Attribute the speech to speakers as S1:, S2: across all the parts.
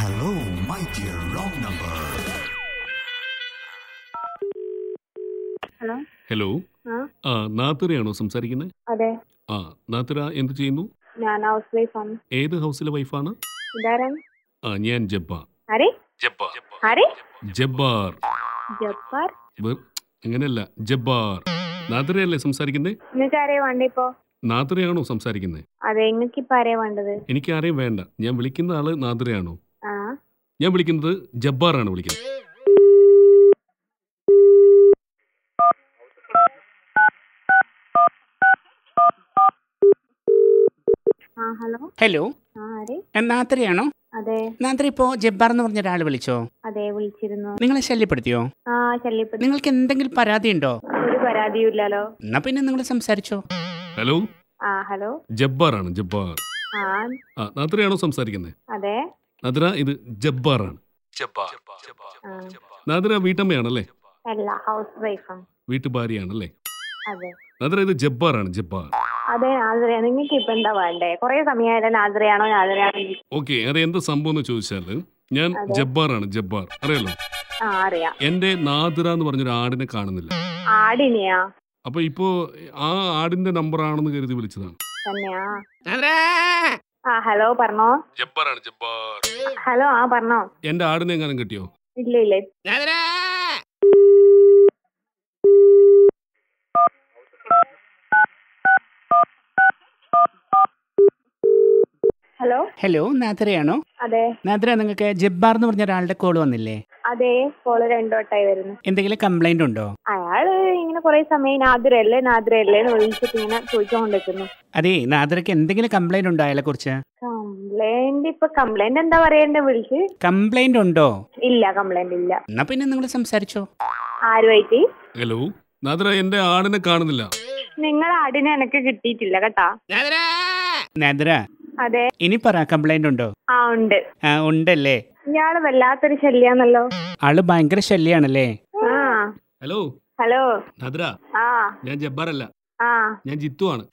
S1: Hello, my dear wrong number.
S2: Hello
S3: hello
S2: ആ
S3: ആ നാത്തറയാണോ സംസാരിക്കുന്നത്
S2: അതെ
S3: ആ നാത്തറ എന്ത് ചെയ്യുന്നു
S2: ഞാൻ ഹൗസ് വൈഫാണ്
S3: ഏത് ഹൗസിലെ വൈഫാണ്
S2: ഇതാരാണ്
S3: ആ ഞാൻ ജബ്ബാർ
S2: ആരെ
S3: ജബ്ബാർ
S2: ആരെ
S3: ജബ്ബാർ
S2: ജപ്പാർ
S3: വെർ- അങ്ങനെയല്ല ജബ്ബാർ നാത്തറയല്ലേ സംസാരിക്കുന്നത്
S2: നിങ്ങൾക്ക് ആരെയാ വേണ്ട ഇപ്പോ
S3: നാത്തറയാണോ സംസാരിക്കുന്നത്
S2: അതെ നിങ്ങൾക്ക് ഇപ്പൊ ആരെയാ വേണ്ടത്
S3: എനിക്ക് ആരെയും വേണ്ട ഞാൻ വിളിക്കുന്ന ആള് നാത്തറയാണോ
S2: ആ
S3: ഞാൻ വിളിക്കുന്നത് ജബ്ബാറാണ് വിളിക്കുന്നത്
S2: ആ ഹലോ
S4: ഹലോ
S2: ആ ആരെ
S4: ഞാൻ നാത്രിയാണോ
S2: അതെ
S4: നാത്രി ഇപ്പോൾ ജബ്ബാർ എന്ന് പറഞ്ഞ ഒരാൾ വിളിച്ചോ
S2: അതെ വിളിച്ചിരുന്നു
S4: നിങ്ങളെ ശല്യപ്പെടുത്തിയോ
S2: ആ ശല്യപ്പെട്ട്
S4: നിങ്ങൾക്ക് എന്തെങ്കിലും പരാതി ഉണ്ടോ
S2: ഒരു പരാതിയും ഇല്ലല്ലോ
S4: എന്നാ പിന്നെ നിങ്ങൾ സംസാരിച്ചോ
S3: ഹലോ
S2: ആ ഹലോ
S3: ജബ്ബാറാണ് ജബ്ബാർ
S2: ആ
S3: ആ നാത്തറയാണോ സംസാരിക്കുന്നത്
S2: അതെ
S3: നാത്തറ ഇത് ജബ്ബാറാണ്
S2: ആ,
S3: നാത്തറ വീട്ടമ്മയാണല്ലേ
S2: അല്ല ഹൗസ് വൈഫാണ്
S3: വീട്ടുഭാര്യയാണല്ലേ
S2: അതെ
S3: നാത്തറ ഇത് ജബ്ബാറാണ് ജബ്ബാർ
S2: അതെ നാദ്രയ നിങ്ങൾക്ക് ഇപ്പൊ എന്താ വേണ്ടേ കൊറേ സമയമായാലും നാദ്രയാണോ നാദ്രയാണോ ഇരിക്കുന്നത്.
S3: ഓക്കെ അത് എന്താ സംഭവം എന്ന് ചോദിച്ചാൽ ഞാൻ ജബ്ബാറാണ് ജബ്ബാർ അറിയാലോ
S2: ആ അറിയാം
S3: എന്റെ നാദിറ എന്ന് പറഞ്ഞൊരു ആടിനെ കാണുന്നില്ല
S2: ആടിനെയാ
S3: അപ്പൊ ഇപ്പോ ആ ആടിന്റെ നമ്പർ ആണെന്ന് കരുതി വിളിച്ചതാണ്
S2: തന്നെയാ ആ ഹലോ പറഞ്ഞോ
S3: ജബ്ബാറാണ് ജബ്ബാർ
S2: ഹലോ ആ പറഞ്ഞോ
S3: എന്റെ ആടിനെ എങ്ങാനും കിട്ടിയോ
S2: ഇല്ല ഇല്ല ഹലോ
S4: ഹലോ നാത്രിയാണോ
S2: അതെ
S4: നാത്ര നിങ്ങൾക്ക് ജബ്ബാർ എന്ന് പറഞ്ഞ ഒരാളുടെ കോൾ വന്നില്ലേ
S2: അതെ കോള് രണ്ടോട്ടായി വരുന്നു
S4: എന്തെങ്കിലും കംപ്ലൈന്റ് ഉണ്ടോ
S2: അയാള് ഇങ്ങനെ കുറെ സമയം നാദ്രയല്ലേ നാദ്രയല്ലേ എന്ന് വിളിച്ചിട്ട് ഇങ്ങനെ ചോദിച്ചുകൊണ്ടിരിക്കുന്നു
S4: അതെ നാത്രയ്ക്ക് എന്തെങ്കിലും കംപ്ലൈന്റ് ഉണ്ടോ അയാളെ കുറിച്ച്
S2: കംപ്ലൈന്റ് ഇപ്പൊ കംപ്ലൈന്റ് എന്താ പറയണ്ടേ വിളിച്ച്
S4: കംപ്ലൈന്റ് ഉണ്ടോ
S2: ഇല്ല കംപ്ലൈന്റ് ഇല്ല
S4: എന്നാ പിന്നെ നിങ്ങൾ സംസാരിച്ചോ
S2: ആരുമായിട്ട്
S3: ഹലോ നാദിറ എന്റെ ആടിനെ കാണുന്നില്ല
S2: നിങ്ങൾ ആടിനെ എനിക്ക് കിട്ടിയിട്ടില്ല കേട്ടാ
S4: നാദ്ര
S2: അതെ
S4: ഇനി പറ കംപ്ലൈന്റ് ഉണ്ടോ
S2: ആ ഉണ്ട്
S4: ആ ഉണ്ടല്ലേ
S2: ഇയാള് വല്ലാത്തൊരു ശല്യാന്നല്ലോ
S4: ആള് ഭയങ്കര ശല്യാണല്ലേ
S2: ആ
S3: ഹലോ
S2: ഹലോ
S3: നാദിറ
S2: ആ
S3: ഞാൻ ജബ്ബാറല്ല
S2: ആ
S3: ഞാൻ ജിത്തു ആണ്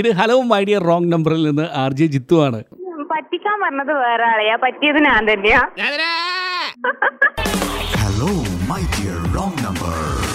S4: ഇത് ഹലോ മൈ ഡിയർ റോങ് നമ്പറിൽ നിന്ന് ആർ ജെ ജിത്തു ആണ്
S2: പറ്റിക്കാൻ പറഞ്ഞത് വേറെ ആളെയാ പറ്റിയത് ഞാൻ തന്നെയാ
S1: Hello, my dear wrong number.